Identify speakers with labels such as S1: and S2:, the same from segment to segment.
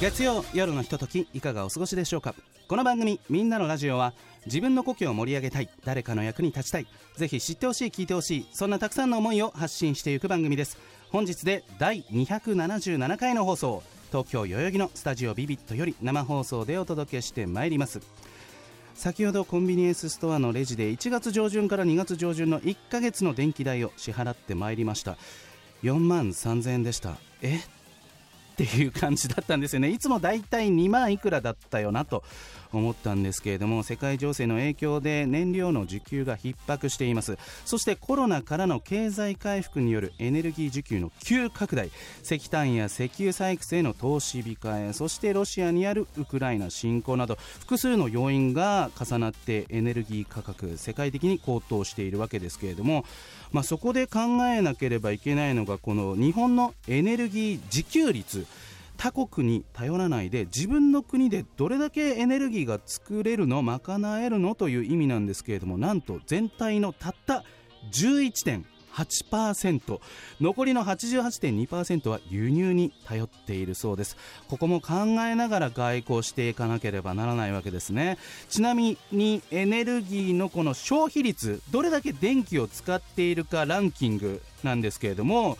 S1: 月曜夜のひとときいかがお過ごしでしょうかこの番組「みんなのラジオは」自分の故郷を盛り上げたい誰かの役に立ちたいぜひ知ってほしい聞いてほしいそんなたくさんの思いを発信していく番組です本日で第277回の放送東京代々木のスタジオビビットより生放送でお届けしてまいります先ほどコンビニエンスストアのレジで1月上旬から2月上旬の1ヶ月の電気代を支払ってまいりました4万3000円でしたえっていう感じだったんですよねいつもだいたい2万いくらだったよなと思ったんですけれども世界情勢の影響で燃料の需給が逼迫していますそしてコロナからの経済回復によるエネルギー需給の急拡大石炭や石油採掘への投資控えそしてロシアにあるウクライナ侵攻など複数の要因が重なってエネルギー価格世界的に高騰しているわけですけれどもまあ、そこで考えなければいけないのがこの日本のエネルギー自給率他国に頼らないで自分の国でどれだけエネルギーが作れるの賄えるのという意味なんですけれどもなんと全体のたった11.8%残りの88.2%は輸入に頼っているそうですここも考えながら外交していかなければならないわけですねちなみにエネルギーのこの消費率どれだけ電気を使っているかランキングなんですけれども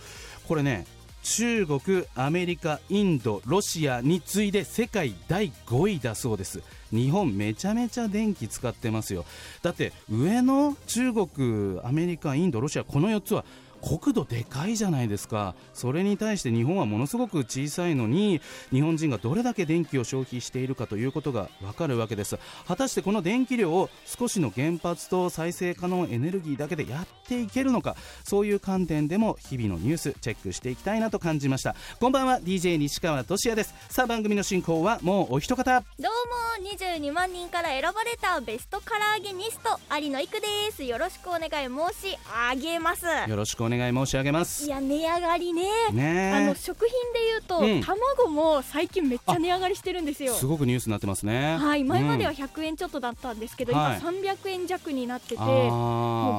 S1: これね中国アメリカインドロシアに次いで世界第5位だそうです日本めちゃめちゃ電気使ってますよだって上の中国アメリカインドロシアこの4つは国土でかいじゃないですかそれに対して日本はものすごく小さいのに日本人がどれだけ電気を消費しているかということがわかるわけです果たしてこの電気量を少しの原発と再生可能エネルギーだけでやっていけるのかそういう観点でも日々のニュースチェックしていきたいなと感じましたこんばんは DJ 西川俊也ですさあ番組の進行はもうお一方
S2: どうも22万人から選ばれたベストカラーゲニスト有野育ですよろしくお願い申し上げます
S1: よろしくお願い申し上げます
S2: いや値上がりね
S1: ねえ
S2: あの食品で言うと、
S1: うん
S2: 卵も最近めっちゃ値上がりしてるんですよ
S1: すごくニュースになってますね
S2: はい前までは
S1: うん
S2: 100円ちょっとだったんですけど、
S1: はい
S2: 今300円弱になっててもう
S1: あー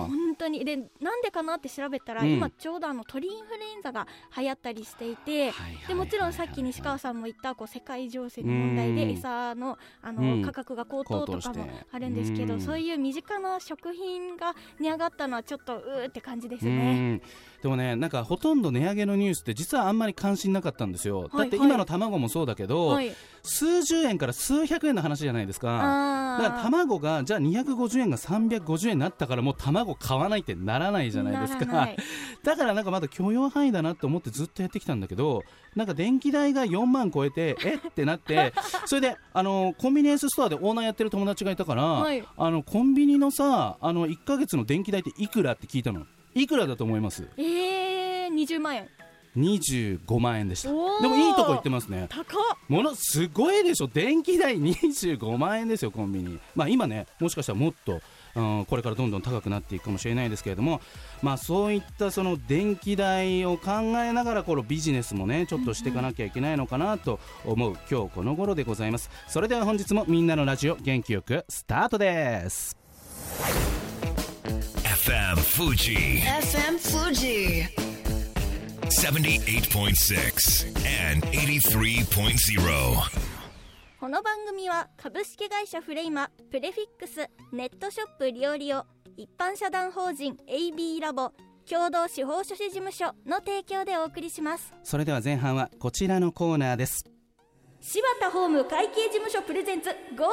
S2: 本当にでなんでかなって調べたら、
S1: うん
S2: 今ちょうどあの鳥インフルエンザが流行ったりしていて、
S1: はいはいはいはい
S2: でもちろんさっき西川さんも言ったこう世界情勢の問題で
S1: うん
S2: 餌のあの、
S1: うん
S2: 価格が高騰とか
S1: 高騰
S2: も
S1: して
S2: あるんですけど、
S1: うん
S2: そういう身近な食品が値上がったのはちょっとうーって感じです
S1: う
S2: ね。
S1: んでもねなんかほとんど値上げのニュースって実はあんまり関心なかったんですよ、
S2: い
S1: だって今の卵もそうだけど、
S2: はい、
S1: 数十円から数百円の話じゃないですかだ
S2: あ
S1: から卵がじゃあ250円が350円になったからもう卵買わないってならないじゃないですか
S2: ならない
S1: だからなんかまだ許容範囲だなと思ってずっとやってきたんだけどなんか電気代が4万超えてえってな ってそれであのコンビニエンスストアでオーナーやってる友達がいたから、
S2: はい
S1: あのコンビニのさあの1ヶ月の電気代っていくらって聞いたのいくらだと思います
S2: えー、20万円
S1: 25万円でしたで
S2: おー
S1: もいいとこ行ってますね
S2: 高っ
S1: ものすごいでしょ電気代25万円ですよコンビニまあ今ねもしかしたらもっと、うん、これからどんどん高くなっていくかもしれないですけれどもまあそういったその電気代を考えながらこのビジネスもねちょっとしていかなきゃいけないのかなと思う今日この頃でございますそれでは本日もみんなのラジオ元気よくスタートです
S3: FM Fuji
S4: FM Fuji.
S3: 78.6 and 83.0.
S2: この番組は株式会社フレイマプレフィックスネットショップリオリオ一般社団法人 AB ラボ共同司法書士事務所の提供でお送りします
S1: それでは前半はこちらのコーナーです
S2: 柴田法務会計事務所プレゼンツ Go for it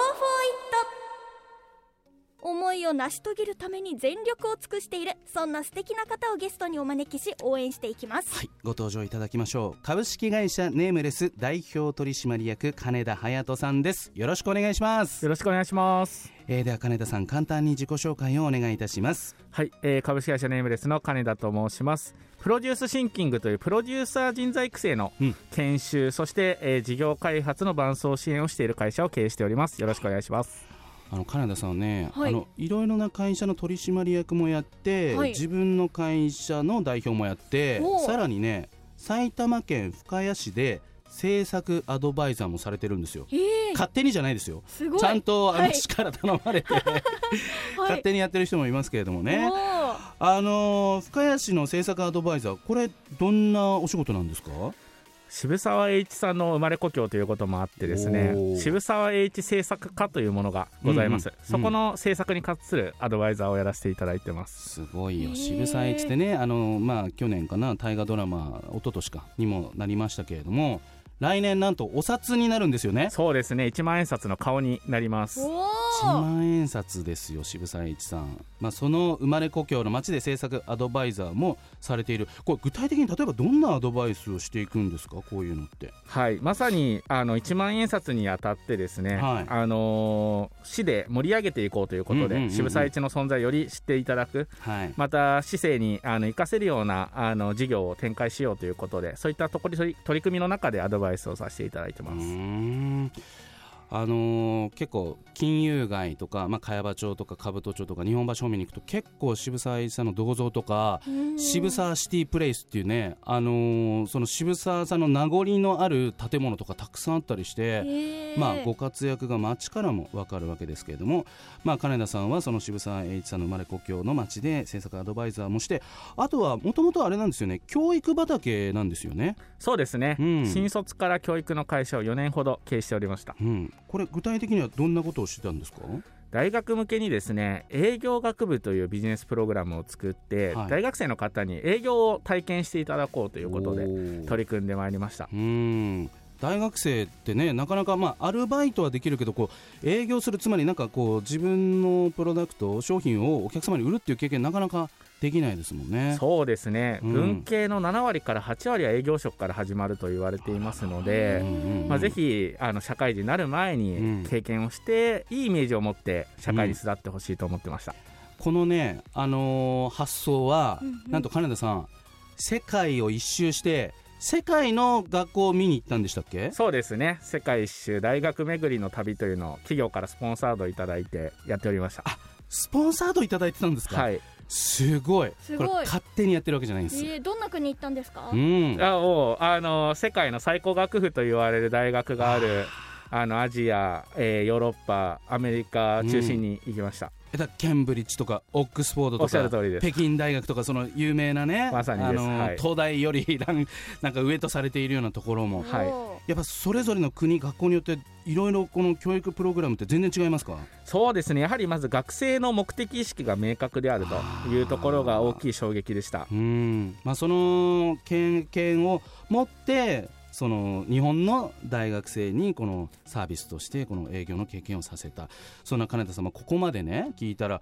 S2: 思いを成し遂げるために全力を尽くしているそんな素敵な方をゲストにお招きし応援していきます、
S1: はい、ご登場いただきましょう株式会社ネームレス代表取締役金田隼人さんですよろしくお願いします、
S5: よろしくお願いします。
S1: えーでは金田さん簡単に自己紹介をお願いいたします
S5: はい、えー株式会社ネームレスの金田と申します。プロデュースシンキングというプロデューサー人材育成の
S1: うん
S5: 研修、そして、えー事業開発の伴走支援をしている会社を経営しておりますよろしくお願いします
S1: あの金田さんはね、
S2: はい
S1: い、あのいろいろな会社の取締役もやって、
S2: はい
S1: 自分の会社の代表もやって
S2: おー
S1: さらにね埼玉県深谷市で政策アドバイザーもされてるんですよ
S2: ええ
S1: 勝手にじゃないですよ
S2: すごい
S1: ちゃんとあ
S2: は
S1: の
S2: い
S1: 市から頼まれ て、
S2: は
S1: 勝
S2: い
S1: 手にやってる人もいますけれども
S2: お
S1: ね
S2: ー
S1: あのー深谷市の政策アドバイザーこれどんなお仕事なんですか
S5: 渋沢栄一さんの生まれ故郷ということもあってですね
S1: おー
S5: 渋沢栄一政策課というものがございます、
S1: うんうん
S5: そこの政策に関するアドバイザーをやらせていただいてま
S1: す
S5: す
S1: ごい
S2: へ
S1: よ
S2: ー
S1: 渋沢栄一ってねあの、まあ、去年かな大河ドラマ一昨年かにもなりましたけれども来年なんとお札になるんですよね
S5: そうですね一万円札の顔になります
S1: 一
S2: おー
S1: 万円札ですよ渋沢栄一さん、まあ、その生まれ故郷の町で政策アドバイザーもされているこれ具体的に例えばどんなアドバイスをしていくんですかこういうのって
S5: はい、まさにあの1万円札にあたってですね、
S1: はい
S5: あのー市で盛り上げていこうということで、
S1: うんうんうんうん
S5: 渋沢栄一の存在をより知っていただく
S1: はい
S5: また市政にあの活かせるようなあの事業を展開しようということでそういったところ取り取り組みの中でアドバイスをさせていただいて
S1: う
S5: ま
S1: ー
S5: す。
S1: んあのー結構金融街とか、まあ、茅場町とか兜町とか日本橋方面に行くと結構渋沢栄一さんの銅像とか
S2: うん
S1: 渋沢シティプレイスっていうね、あのーその渋沢さんの名残のある建物とかたくさんあったりして、
S2: へー
S1: まあ、ご活躍が街からも分かるわけですけれども、まあ、金田さんはその渋沢栄一さんの生まれ故郷の街で政策アドバイザーもしてあとはもともとあれなんですよね教育畑なんですよね、
S5: そうですね、
S1: うん
S5: 新卒から教育の会社を4年ほど経営しておりました
S1: うん、これ具体的にはどんなことをしてたんですか
S5: 大学向けにですね営業学部というビジネスプログラムを作って、
S1: はい
S5: 大学生の方に営業を体験していただこうと
S1: と
S5: いうことで取り組んでまいりました
S1: うん大学生ってねなかなか、まあ、アルバイトはできるけどこう営業するつまりなんかこう自分のプロダクト商品をお客様に売るっていう経験なかなかできないですもんね。
S5: そうですね、
S1: うん
S5: 文系の7割から8割は営業職から始まると言われていますの
S1: うん、
S5: で
S1: うんうん
S5: まあ、ぜひあの社会人になる前
S1: うん
S5: に経験をして、いいイメージを持って社会に巣立ってほしいと思ってました、
S1: このね、あのー発想は、
S2: うんうん
S1: なんと金田さん世界を一周して世界の学校を見に行ったんでしたっけ
S5: そうですね世界一周大学巡りの旅というのを企業からスポンサードいただいてやっておりました
S1: スポンサードいただいてたんですか、
S5: はい
S1: すごい
S2: すごい
S1: これ勝手にやってるわけじゃないんです、
S2: えーどんな国行ったんですか
S1: うん、
S5: あもうあの世界の最高学府と言われる大学があるあのアジア、えーヨーロッパアメリカ中心に行きました、
S1: えだケンブリッジとかオックスフォードと
S5: おっしゃる
S1: か
S5: 通りです
S1: 北京大学とかその有名なね、
S5: まさにです
S1: あの
S5: はい
S1: 東大より ランなんか上とされているようなところも
S5: はい
S2: おー
S1: やっぱそれぞれの国学校によっていろいろこの教育プログラムって全然違いますか
S5: そうですねやはりまず学生の目的意識が明確であるというところが大きい衝撃でした
S1: うん、まあ、その経験を持ってその日本の大学生にこのサービスとしてこの営業の経験をさせたそんな金田様ここまでね聞いたら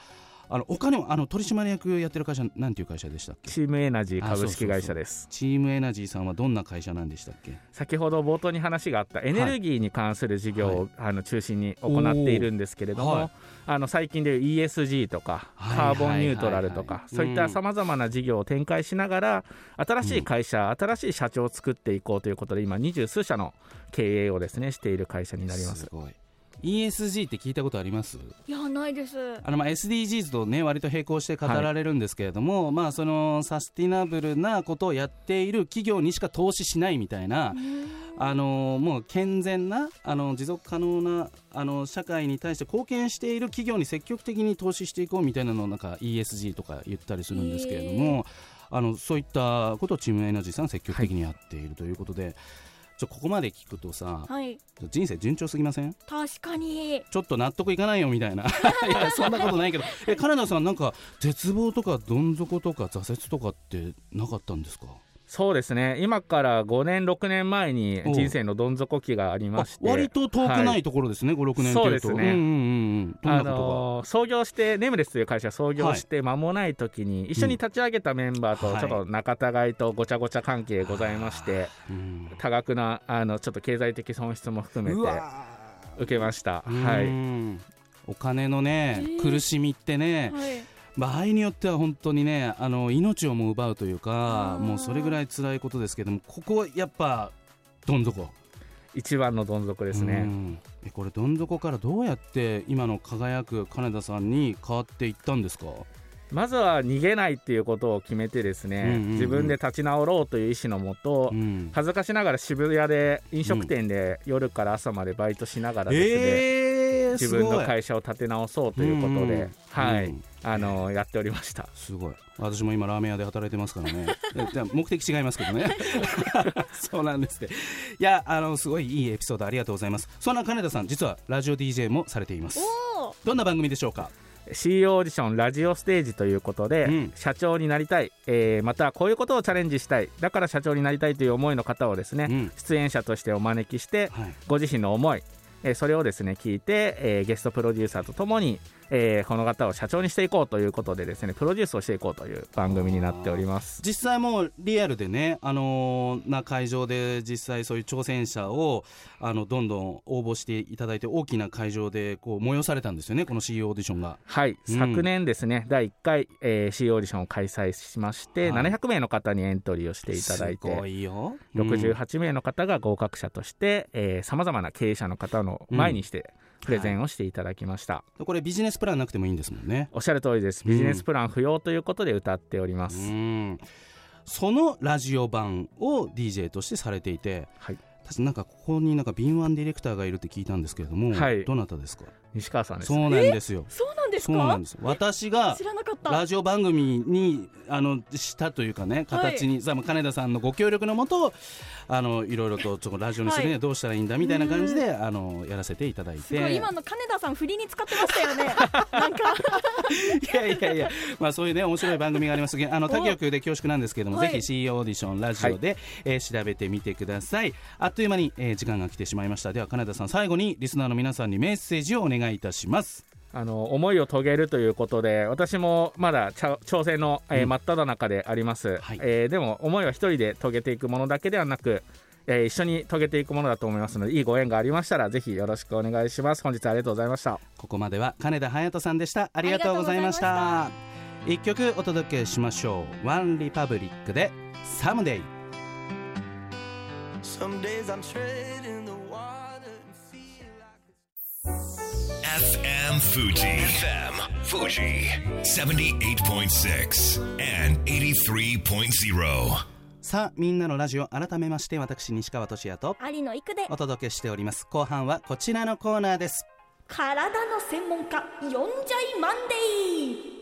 S1: あの他にもあの取締役やってる会社なんていう会社でしたっけ
S5: チームエナジー
S1: あそう
S5: 株
S1: そうそ
S5: 式
S1: う
S5: 会社です
S1: チームエナジーさんはどんな会社なんでしたっけ
S5: 先ほど冒頭に話があったエネルギーに関する事業を、
S1: は
S5: あの中心に行っているんですけれども、
S1: おーはい
S5: あの最近でいう ESG とか
S1: はい
S5: カーボンニュートラルとか、
S1: はいはい
S5: そういっ
S1: う
S5: た
S1: ん
S5: さまざまな事業を展開しながら新しい会社、新しい社長を作っていこうということで今二十数社の経営をですねしている会社になります。
S1: ごい ESG って聞いたことあります
S2: いやないです
S1: あのまあ SDGs とね割と並行して語られるんですけれども、まあそのサスティナブルなことをやっている企業にしか投資しないみたいな、あのもう健全なあの持続可能なあの社会に対して貢献している企業に積極的に投資していこうみたいなのをなんか ESG とか言ったりするんですけれども、あのそういったことをチームエナジーさん積極的にやっているということで、ちょここまで聞くとさ
S2: はい
S1: 人生順調すぎません
S2: 確かに
S1: ちょっと納得いかないよみたいな いやそんなことないけどえ金田さんなんか絶望とかどん底とか挫折とかってなかったんですか
S5: そうですね今から5年6年前に人生のどん底期がありまして
S1: あ割と遠く
S5: は
S1: ないところですね、56年というと
S5: そうですね
S1: んうんうん、どん
S5: あ
S1: なことが、
S5: のー創業してネムレスという会社を創業して間もない時に、一緒に立ち上げたメンバー
S1: うん
S5: とちょっと仲違いとごちゃごちゃ関係ございまして、
S1: うん
S5: 多額なあのちょっと経済的損失も含めて受けました。
S1: う
S5: はい
S1: んお金のね
S2: えー
S1: 苦しみってね
S2: はい
S1: 場合によっては本当にねあの命をも奪うというか
S2: うん
S1: もうそれぐらい辛いことですけどもここはやっぱどん底
S5: 一番のどん底で
S1: です
S5: ね、
S1: えこれどん底からどうやって今の輝く金田さんに変わっていったんですか
S5: まずは逃げないっていうことを決めてです
S1: うん
S5: ね、
S1: うんうん
S5: 自分で立ち直ろうという意思のもと、
S1: うん
S5: 恥ずかしながら渋谷で飲食店で夜から朝までバイトしながらですね、
S1: えー、
S5: 自
S1: す
S5: 分
S1: ご
S5: の
S1: い
S5: 会社を立て直そうということで、
S1: うんうん
S5: はい、
S1: うん
S5: あのやっておりました
S1: すごい私も今ラーメン屋で働いてますからね えじゃあ目的違いますけ どね そうなんですねいやあのすごいいいエピソードありがとうございますそんな金田さん実はラジオ DJ もされています
S2: おー
S1: どんな番組でしょうか
S5: C オーディションラジオステージということで、
S1: うん
S5: 社長になりたい、えーまたはこういうことをチャレンジしたいだから社長になりたいという思いの方をですね、
S1: うん
S5: 出演者としてお招きして
S1: はい
S5: ご自身の思い、えーそれをですね聞いて、えーゲストプロデューサーとともに、えーこの方を社長にしていこうということでですねプロデュースをしていこうという番組になっております
S1: 実際もうリアルでね、あのーな会場で実際そういう挑戦者をあのどんどん応募していただいて大きな会場でこう催されたんですよねこの CEO オーディションが。
S5: は
S1: う
S5: い、
S1: ん
S5: 昨年ですね第1回、えー、C オーディションを開催しまして、
S1: はい
S5: 700名の方にエントリーをしていただいて
S1: すごいよ。うん
S5: 68名の方が合格者としてさまざまな経営者の方の前にしてプレゼンをしていただきました、
S1: これビジネスプランなくてもいいんですもんね。
S5: おっしゃる通りですビジネスプラン不要ということで歌っております、
S1: うんそのラジオ版を DJ としてされていて、
S5: はい
S1: 確かなんかここになんか敏腕ディレクターがいるって聞いたんですけれども、
S5: はい
S1: どなたですか
S5: 西川さんです
S1: そうなんですよ。
S2: そうなんです
S1: そうな
S2: か
S1: んです私が
S2: 知らなかった
S1: ラジオ番組にあのしたというかね形に、さあ金田さんのご協力のもとあのいろいろとちょっとラジオにするにはどうしたらいいんだみたいな感じであのやらせていただい
S2: すごい
S1: て
S2: 今の金田さん振りに使ってましたよねなんか
S1: いやいやいや、まあ、そういうね面白い番組があり ますあの他局で恐縮なんですけども、
S2: はい
S1: ぜひ CEO オーディションラジオで、えー調べてみてくださいあっという間に、えー時間が来てしまいましたでは金田さん最後にリスナーの皆さんにメッセージをお願いいたします
S5: あの思いを遂げるということで私もまだちゃ挑戦の、えー真っ只中であります、
S1: はい
S5: えーでも思いは一人で遂げていくものだけではなく、えー一緒に遂げていくものだと思いますのでいいご縁がありましたらぜひよろしくお願いします本日はありがとうございました
S1: ここまでは金田隼人さんでしたありがとうございました一曲お届けしましょうワンリパブリックでサムデイ
S6: Some days I'm treading the water and feel like
S3: FM Fuji. FM Fuji. 78.6 and 83.0.
S1: さあみんなのラジオ改めまして私西川俊也と
S2: 有野育で
S1: お届けしております後半はこちらのコーナーです
S2: 体の専門家呼んじゃいマンデー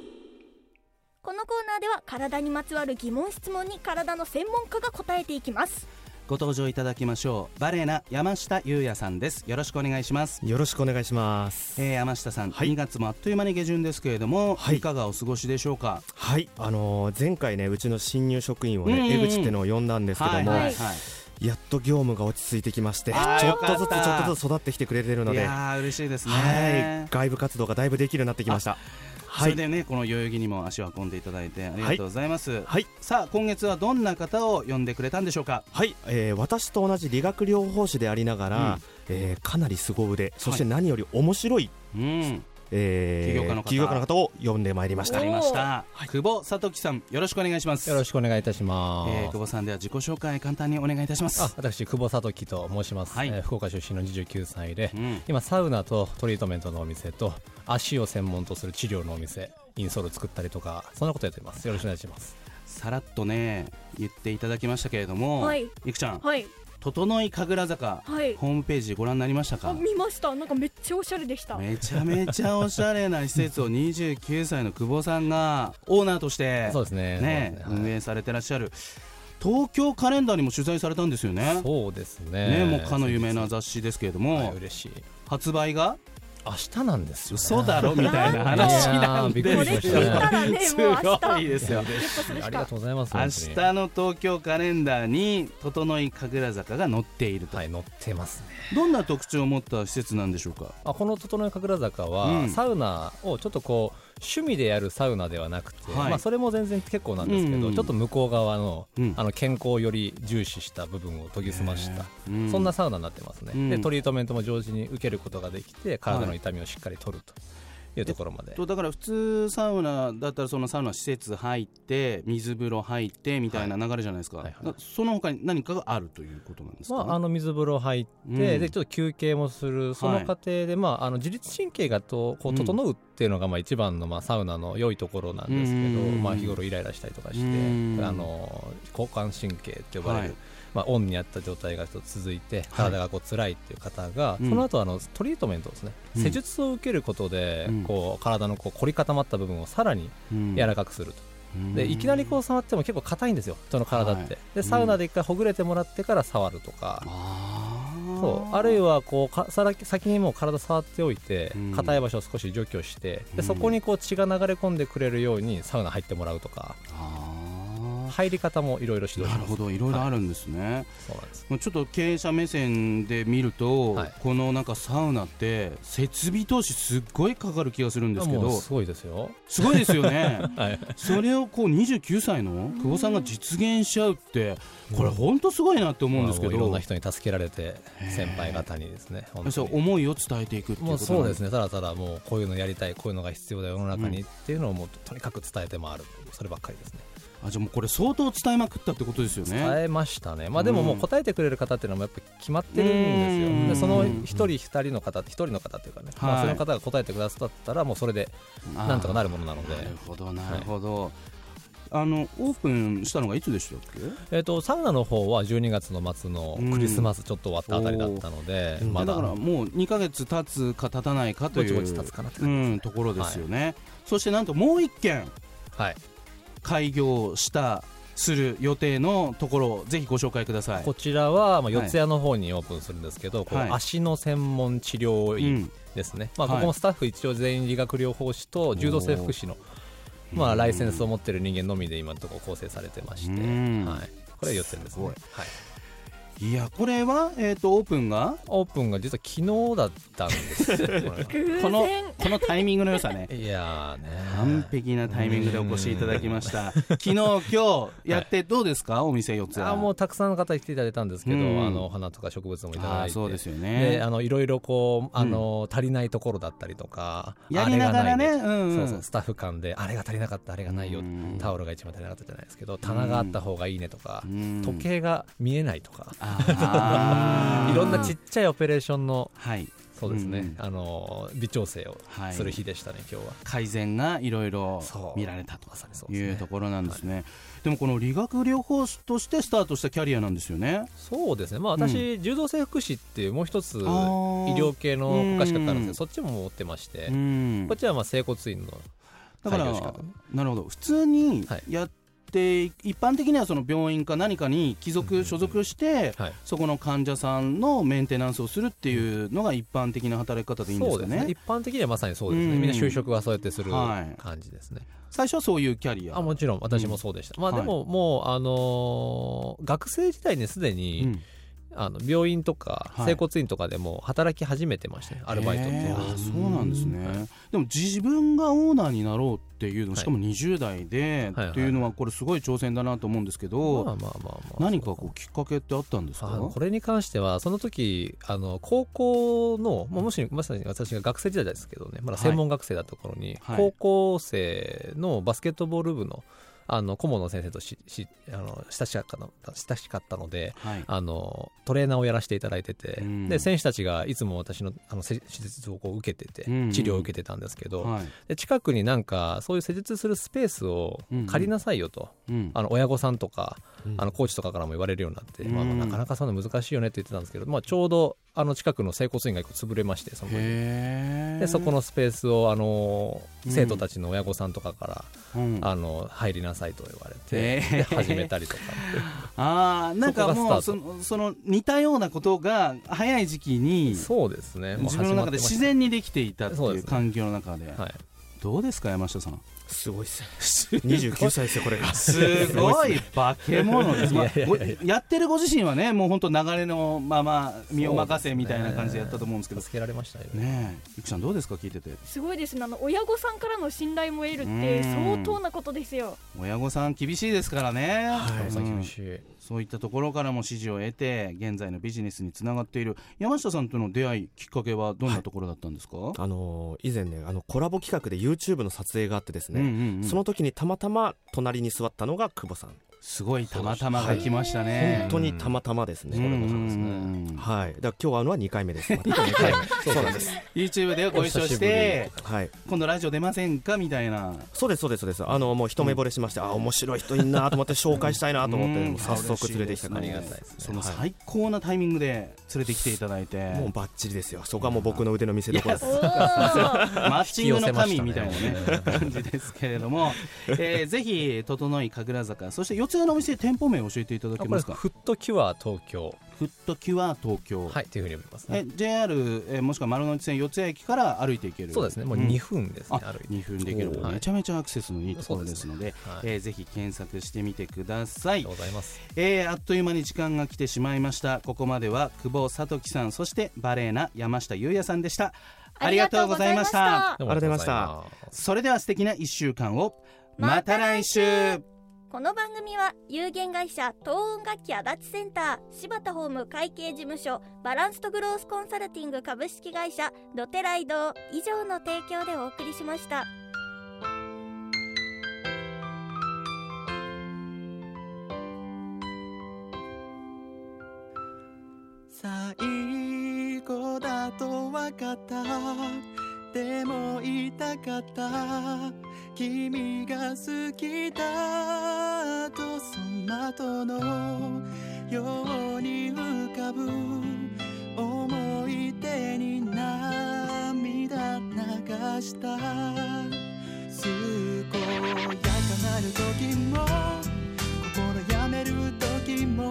S2: このコーナーでは体にまつわる疑問質問に体の専門家が答えていきます
S1: ご登場いただきましょうバレエな山下優也さんですよろしくお願いします、
S7: よろしくお願いします。
S1: えー、山下さん、
S7: はい
S1: 2月もあっという間に下旬ですけれども、、
S7: はいい
S1: かがお過ごしでしょうか
S7: はい、あのー前回ね、うちの新入職員を
S1: うんうん
S7: ね、
S1: うん
S7: 江口ってのを呼んだんですけども、
S1: はいはい
S2: い
S1: はい
S7: やっと業務が落ち着いてきまして、ちょ
S1: あー
S7: っとず
S1: よ
S7: つ
S1: か
S7: ち
S1: った
S7: ょっとずつ育ってきてくれてるの
S1: い
S7: で、
S1: やー嬉しいですね
S7: はい、外部活動がだいぶできるようになってきました。は
S1: それ
S7: い、
S1: でねこの代々木にも足を運んでいただいてありがとうございます、
S7: はい、
S1: さあ今月はどんな方を呼んでくれたんでしょうか
S7: はい、えー私と同じ理学療法士でありながら、
S1: うん
S7: えーかなり凄腕、そして何より面白い、
S1: うん
S7: えー
S1: 起業家の方
S7: の方を呼んでまいりまし
S1: わ
S7: た
S1: か。りました、久保聡樹さんよろしくお願いします
S8: よろしくお願いいたします。
S1: えー久保さんでは自己紹介簡単にお願いいたします
S8: あ私、久保聡樹と申します、
S1: はい
S8: えー福岡出身の29歳で、
S1: うん
S8: 今、サウナとトリートメントのお店と、足を専門とする治療のお店、インソール作ったりとか、そんなことやってます。よろしくお願いします。
S1: さらっとね言っていただきましたけれども、
S2: はい
S1: ゆきちゃん
S2: はい
S1: 「整い神楽坂」
S2: はい
S1: ホームページご覧になりました
S2: あ
S1: か
S2: 見ましたなんかめっちゃおしゃれでした
S1: めちゃめちゃおしゃれな施設を29歳の久保さんがオーナーとして
S8: そうですね
S1: ね
S8: そうですねはい
S1: 運営されてらっしゃる東京カレンダーにも取材されたんですよね。
S8: そうですね。
S1: ね、もうかの有名な雑誌ですけれども、
S8: はい、嬉しい。
S1: 発売が
S8: 明日なんですよ、ね。
S1: 嘘だろみたいな話なんで
S8: いや
S2: こ
S8: ー
S2: れ
S8: びっくりし
S2: 聞
S8: ま
S2: い
S8: したた
S2: らね
S1: す
S2: もう明
S1: ご
S2: 日
S1: い
S2: ゲッ
S1: ですよ。
S2: トする
S8: あ
S2: し
S8: りが
S2: か
S8: とうございます。
S1: 明
S8: 本当に
S1: 日の東京カレンダーに「整い神楽坂」が載っていると、
S8: はい、乗ってますね。
S1: どんな特徴を持った施設なんでしょうか
S8: あこの整え神楽坂は、
S1: うん
S8: サウナをちょっとこう趣味でやるサウナではなくて、
S1: はい
S8: まあ、それも全然結構なんですけ
S1: うんう
S8: ど、
S1: ん
S8: ちょっと向こう側の,、
S1: うん
S8: あの健康をより重視した部分を研ぎ澄ました、
S1: うん
S8: そんなサウナになってますね、
S1: うん
S8: でトリートメントも上手に受けることができて体
S1: は
S8: の
S1: い
S8: 痛みをしっかり取ると、いうところまで
S1: とだから普通サウナだったらそのサウナ施設入って水風呂入ってみたいな流れじゃないですか、
S8: はいはいはい
S1: なその他に何かがあるということなんですか、
S8: まあ、あの水風呂入って、
S1: うん
S8: でちょっと休憩もするその
S1: はい
S8: 過程で、まあ、あの自律神経がと
S1: う
S8: こうん整うっていうのが、まあ、一番の、まあ、サウナの良いところなんですけど、
S1: うん
S8: まあ、日頃イライラしたりとかして、
S1: うん
S8: あの交感神経って呼ばれる、
S1: はい
S8: まあ、オンにあった状態がちょっと続いて体がこう辛いっていう方が、
S1: うん
S8: その後あのトリートメントですね、
S1: うん
S8: 施術を受けることで、
S1: うん
S8: こう体のこう凝り固まった部分をさらに
S1: うん
S8: 柔らかくすると。でいきなりこう触っても結構硬いんですよ人の体って、
S1: はい
S8: でサウナで一回ほぐれてもらってから触るとか、
S1: あー
S8: そうあるいはこうかさら先にもう体触っておいて
S1: うん
S8: 硬い場所を少し除去して、
S1: うん
S8: でそこにこう血が流れ込んでくれるようにサウナ入ってもらうとか
S1: あ
S8: 入り方もいろいろ
S1: ー
S8: 指
S1: な
S8: 導し
S1: る
S8: ま
S1: ほ
S8: す
S1: どいろいろあるんですね、
S8: そうなんです
S1: もうちょっと経営者目線で見ると、
S8: はい
S1: このなんかサウナって設備投資すっごいかかる気がするんですけ
S8: もう
S1: ど
S8: すごいですよ、
S1: すごいですよね
S8: はい、
S1: それをこう29歳の久保さんが実現しちゃうってこれ本当すごいなって思うんですけ
S8: まあもういろ
S1: ど
S8: んな人に助けられて先輩方にですね本当に
S1: そう思いを伝えていくっていう
S8: も
S1: こ
S8: う
S1: と
S8: そう
S1: なん
S8: ですねただただもうこういうのやりたいこういうのが必要だよ世の中に、っていうのをもうとにかく伝えて回るそればっかりですね
S1: あじゃあもうこれ相当伝えまくったってことですよね
S8: 伝えましたね、まあ、でももう
S1: うん
S8: 答えてくれる方っていうのはやっぱ決まってるん
S1: う
S8: です
S1: ん
S8: よでその1人2人の方って1人の方っていうかね、ま
S1: はい
S8: あ、その方が答えてくださったらもうそれで
S1: あー
S8: なんとかなるものなので
S1: なるほどなるほど、あのオープンしたのがいつでしたっけ
S8: えー、とサウナの方は12月の末のクリスマスちょっと終わったあたりだったので、ま
S1: だ
S8: だ
S1: からもう2ヶ月経つか経たないかという
S8: ぼちぼち経つかなって
S1: うん、ところですよね、そしてなんともう1件
S8: はい、
S1: 開業したする予定のところをぜひご紹介ください
S8: こちらは、まあ、
S1: い
S8: 四谷の方にオープンするんですけど、こう
S1: はい
S8: 足の専門治療
S1: う
S8: 院
S1: ん
S8: ですね、まあ、
S1: はい
S8: ここもスタッフ一応全員理学療法士と柔道整復師の、まあ、ライセンスを持ってる人間のみで今のところ構成されてまして、
S1: うん
S8: はい、これは予定です
S1: す
S8: ね、
S1: ご
S8: はい
S1: い、いやこれは、えー、とオープンが
S8: オープンが実は昨日だったんです よこれ
S1: このこのタイミングの良さ ね
S8: がいやー
S1: 完
S8: ね
S1: 璧なタイミングでお越しいただきました昨日今 日やってどうですか、お店4つ
S8: あーもうたくさんの方来ていただいたんですけど、
S1: うん
S8: あのお花とか植物もいただ
S1: あー
S8: いて
S1: そうですよ
S8: で
S1: ね
S8: あのいろいろこうあの、足りないところだったりとか
S1: やりながらね
S8: あれがない
S1: うんうん
S8: そうそうスタッフ間であれが足りなかったあれがないよ、
S1: うん
S8: タオルが一枚足りなかったじゃないですけど棚があった方がいいねとか、
S1: うん
S8: 時計が見えないとか、
S1: あー
S8: いろんなちっちゃいオペレーションの
S1: はい
S8: そうですね、
S1: うん
S8: あの微調整を
S1: はい
S8: する日でしたね、今日は。
S1: 改善がいろいろ
S8: そう
S1: 見られたと
S8: まさにそうですね
S1: いうところなんですねでもこの理学療法士としてスタートしたキャリアなんですよね
S8: そうですね、まあ、私、柔道整復師っていうもう一つ医
S1: ー
S8: 療系の国家資格があるん
S1: う
S8: で
S1: ん
S8: すけどそっちも持ってまして、
S1: うん
S8: こっちはまあ整骨院の
S1: だから
S8: 開業資格
S1: なるほど普通に
S8: はい
S1: やって一般的にはその病院か何かに帰
S8: うんう
S1: 属
S8: ん
S1: 所属して
S8: はい
S1: そこの患者さんのメンテナンスをするっていうのが一般的な働き方でいいんです
S8: そう
S1: か
S8: ですね
S1: ね
S8: 一般的にはまさにそうですね、
S1: うん
S8: みんな就職はそうやってする
S1: はい
S8: 感じですね、
S1: 最初はそういうキャリア
S8: あもちろん私もそうでした、まあ
S1: はい
S8: でももう、あのー学生時代にすでに、
S1: うん
S8: あの病院とか
S1: はい
S8: 整骨院とかでも働き始めてましたね、アルバイトっていう
S1: え
S8: のは
S1: ーあそうなんですね、でも自分がオーナーになろうっていうの
S8: はい
S1: しかも20代で
S8: はいはい
S1: っていうのはこれすごい挑戦だなと思うんですけど、
S8: まあまあまあまあ
S1: 何かこうきっかけってあったんですか
S8: あのこれに関してはその時あの高校の、まあ、もしまさに私が学生時代ですけどねまだ専門学生だった頃に、
S1: はい
S8: 高校生のバスケットボール部のあの顧問の先生とししあの親しかったの親しかったので
S1: はい
S8: あのトレーナーをやらせていただいてて、
S1: うん
S8: で選手たちがいつも私のあのせ施術をこう受けてて、
S1: うんうん
S8: 治療を受けてたんですけど、
S1: はい
S8: で近くになんかそういう施術するスペースを借りなさいよと。
S1: うん
S8: あの親御さんとか、
S5: うん
S8: あのコーチとかからも言われるようになって、
S1: うん
S8: まあ、まあなかなかそういうの難しいよねって言ってたんですけど、まあ、ちょうどあの近くの整骨院が一個潰れましてその時
S1: へえ
S8: でそこ、のスペースをあのー生徒たちの親御さんとかから、
S1: うん
S8: あの入りなさいと言われ
S1: へ
S8: て、
S1: ー
S8: で始めたりとか
S1: あーなんかもう
S8: そ
S1: そ
S8: こ
S1: のその似たようなことが早い時期に
S8: そうですねもう
S1: 自分の中で
S8: 始
S1: 自
S8: まって
S1: 然にできていたって
S8: そう
S1: い
S8: で
S1: う
S8: すね
S1: 環境の中で
S8: ましたはい
S1: どうですか山下さん
S7: すごいっす。29歳 ですよこれが。
S1: すごい化け物です、まあごやってるご自身はねもう本当流れのまま身を任せみたいな感じでやったと思うんですけど
S8: 助けられましたよね
S1: ねえゆきさんどうですか聞いてて
S9: すごいですねあの親御さんからの信頼も得るっ
S1: うん
S9: て相当なことです よ
S1: 親御さん厳しいですからね、
S8: お酒
S1: うん
S8: 美味しい
S1: そういったところからも支持を得て現在のビジネスにつながっている山下さんとの出会いきっかけはどんなところだったんですか、
S7: あのー以前ねあのコラボ企画で YouTube の撮影があってです
S1: うん
S7: ね、
S1: うんうん
S7: その時にたまたま隣に座ったのが久保さん、
S1: すごいたまたまが来ましたね
S7: 本当にたまたまですね、
S1: うん
S7: これもそう
S1: うんうんうん
S7: はいだから今日会うのは2回目 です、またはいそうなんです
S1: YouTube でご一緒し
S8: お久
S1: て
S7: はい
S1: 今度ラジオ出ませんかみたいな
S7: そうですそうですそうですあのもう一目惚れしまして、あ面白い人いんなと思って紹介したいなと思って、
S1: うん
S7: もう早速連れてきた感じ
S1: 嬉しい
S7: で
S1: ですすその最高なタイミングで連れてきていただいて、
S7: もうバッチリですよそこはもう僕の腕の見せ所です
S9: おー
S1: マッチングの神みたいな
S8: 引き寄せま
S1: ね感じですけれど も、えーぜひ整い神楽坂そして四谷のお店店舗名教えていただ
S8: あ
S1: け
S8: こ
S1: ま
S8: れ
S1: すか
S8: フットキュア東京
S1: フットキュア東京、
S8: はいというふうに読みますね
S1: え JR えーもしくは丸の内線四ツ谷駅から歩いていける
S8: そうですねもう
S1: 二
S8: 2分ですね
S1: あ
S8: 歩いて
S1: 2分できる
S8: はい
S1: めちゃめちゃアクセスのいいところですので
S8: はい
S1: えーぜひ検索してみてくださ
S8: あり
S1: い
S8: がとうございます
S1: えーあっという間に時間が来てしまいましたここまでは久保聡樹さんそしてバレエナ山下優也さんでしたありがとうございました
S8: どうもありがとうござい
S7: ありがとう
S8: ます
S1: それでは素敵な1週間をまた来週
S2: この番組は有限会社東音楽器足立センター柴田法務会計事務所バランスとグロースコンサルティング株式会社ドテライド以上の提供でお送りしました。
S6: 最後だと分かったでも言いたかった君が好きだとその後のように浮かぶ思い出に涙流した健やかなる時も心やめる時も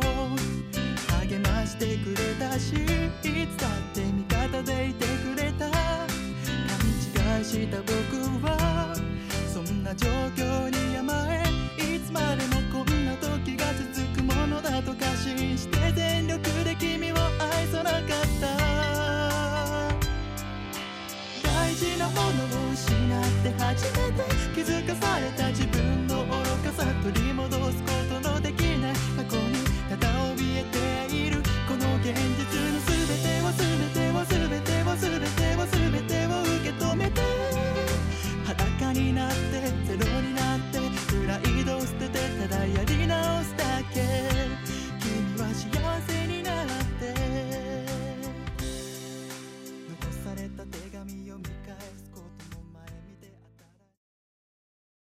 S6: 励ましてくれたしいつだって味方でいてくれた勘違いした僕はそんな状況に甘えいつまでもこんな時が続くものだと過信して全力で君を愛さなかった大事なものを失って初めて気づかされた自分の愚かさ取り